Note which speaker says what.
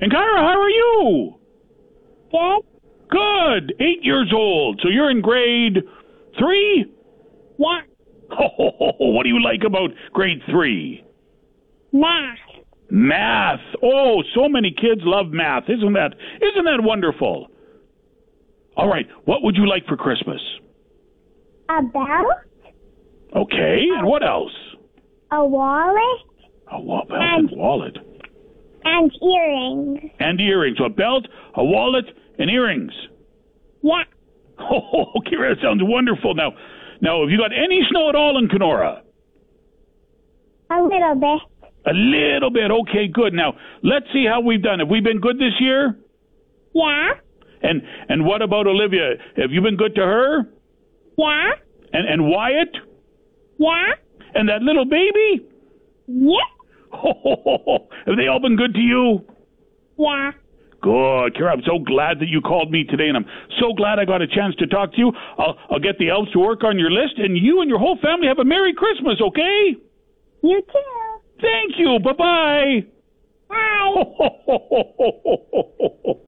Speaker 1: And Kyra, how are you?
Speaker 2: Dad,
Speaker 1: Good. Eight years old. So you're in grade three?
Speaker 2: what?
Speaker 1: Oh, what do you like about grade three?
Speaker 2: Math.
Speaker 1: Math. Oh, so many kids love math. Isn't that isn't that wonderful? All right. What would you like for Christmas?
Speaker 2: About
Speaker 1: Okay. And what else?
Speaker 2: a wallet
Speaker 1: A wa- belt and wallet
Speaker 2: and earrings.
Speaker 1: and earrings. A belt, a wallet, and earrings.
Speaker 2: Yeah.
Speaker 1: Oh, Kira, that sounds wonderful. Now, now, have you got any snow at all in Kenora?
Speaker 2: A little bit.
Speaker 1: A little bit. Okay, good. Now, let's see how we've done. Have we been good this year?
Speaker 2: Yeah.
Speaker 1: And and what about Olivia? Have you been good to her?
Speaker 2: Yeah.
Speaker 1: And and Wyatt?
Speaker 2: Yeah.
Speaker 1: And that little baby?
Speaker 2: Yep.
Speaker 1: Have they all been good to you?
Speaker 2: Yeah.
Speaker 1: Good, Kara. I'm so glad that you called me today, and I'm so glad I got a chance to talk to you. I'll I'll get the elves to work on your list, and you and your whole family have a Merry Christmas, okay?
Speaker 2: You too.
Speaker 1: Thank you. Bye bye.
Speaker 2: Bye.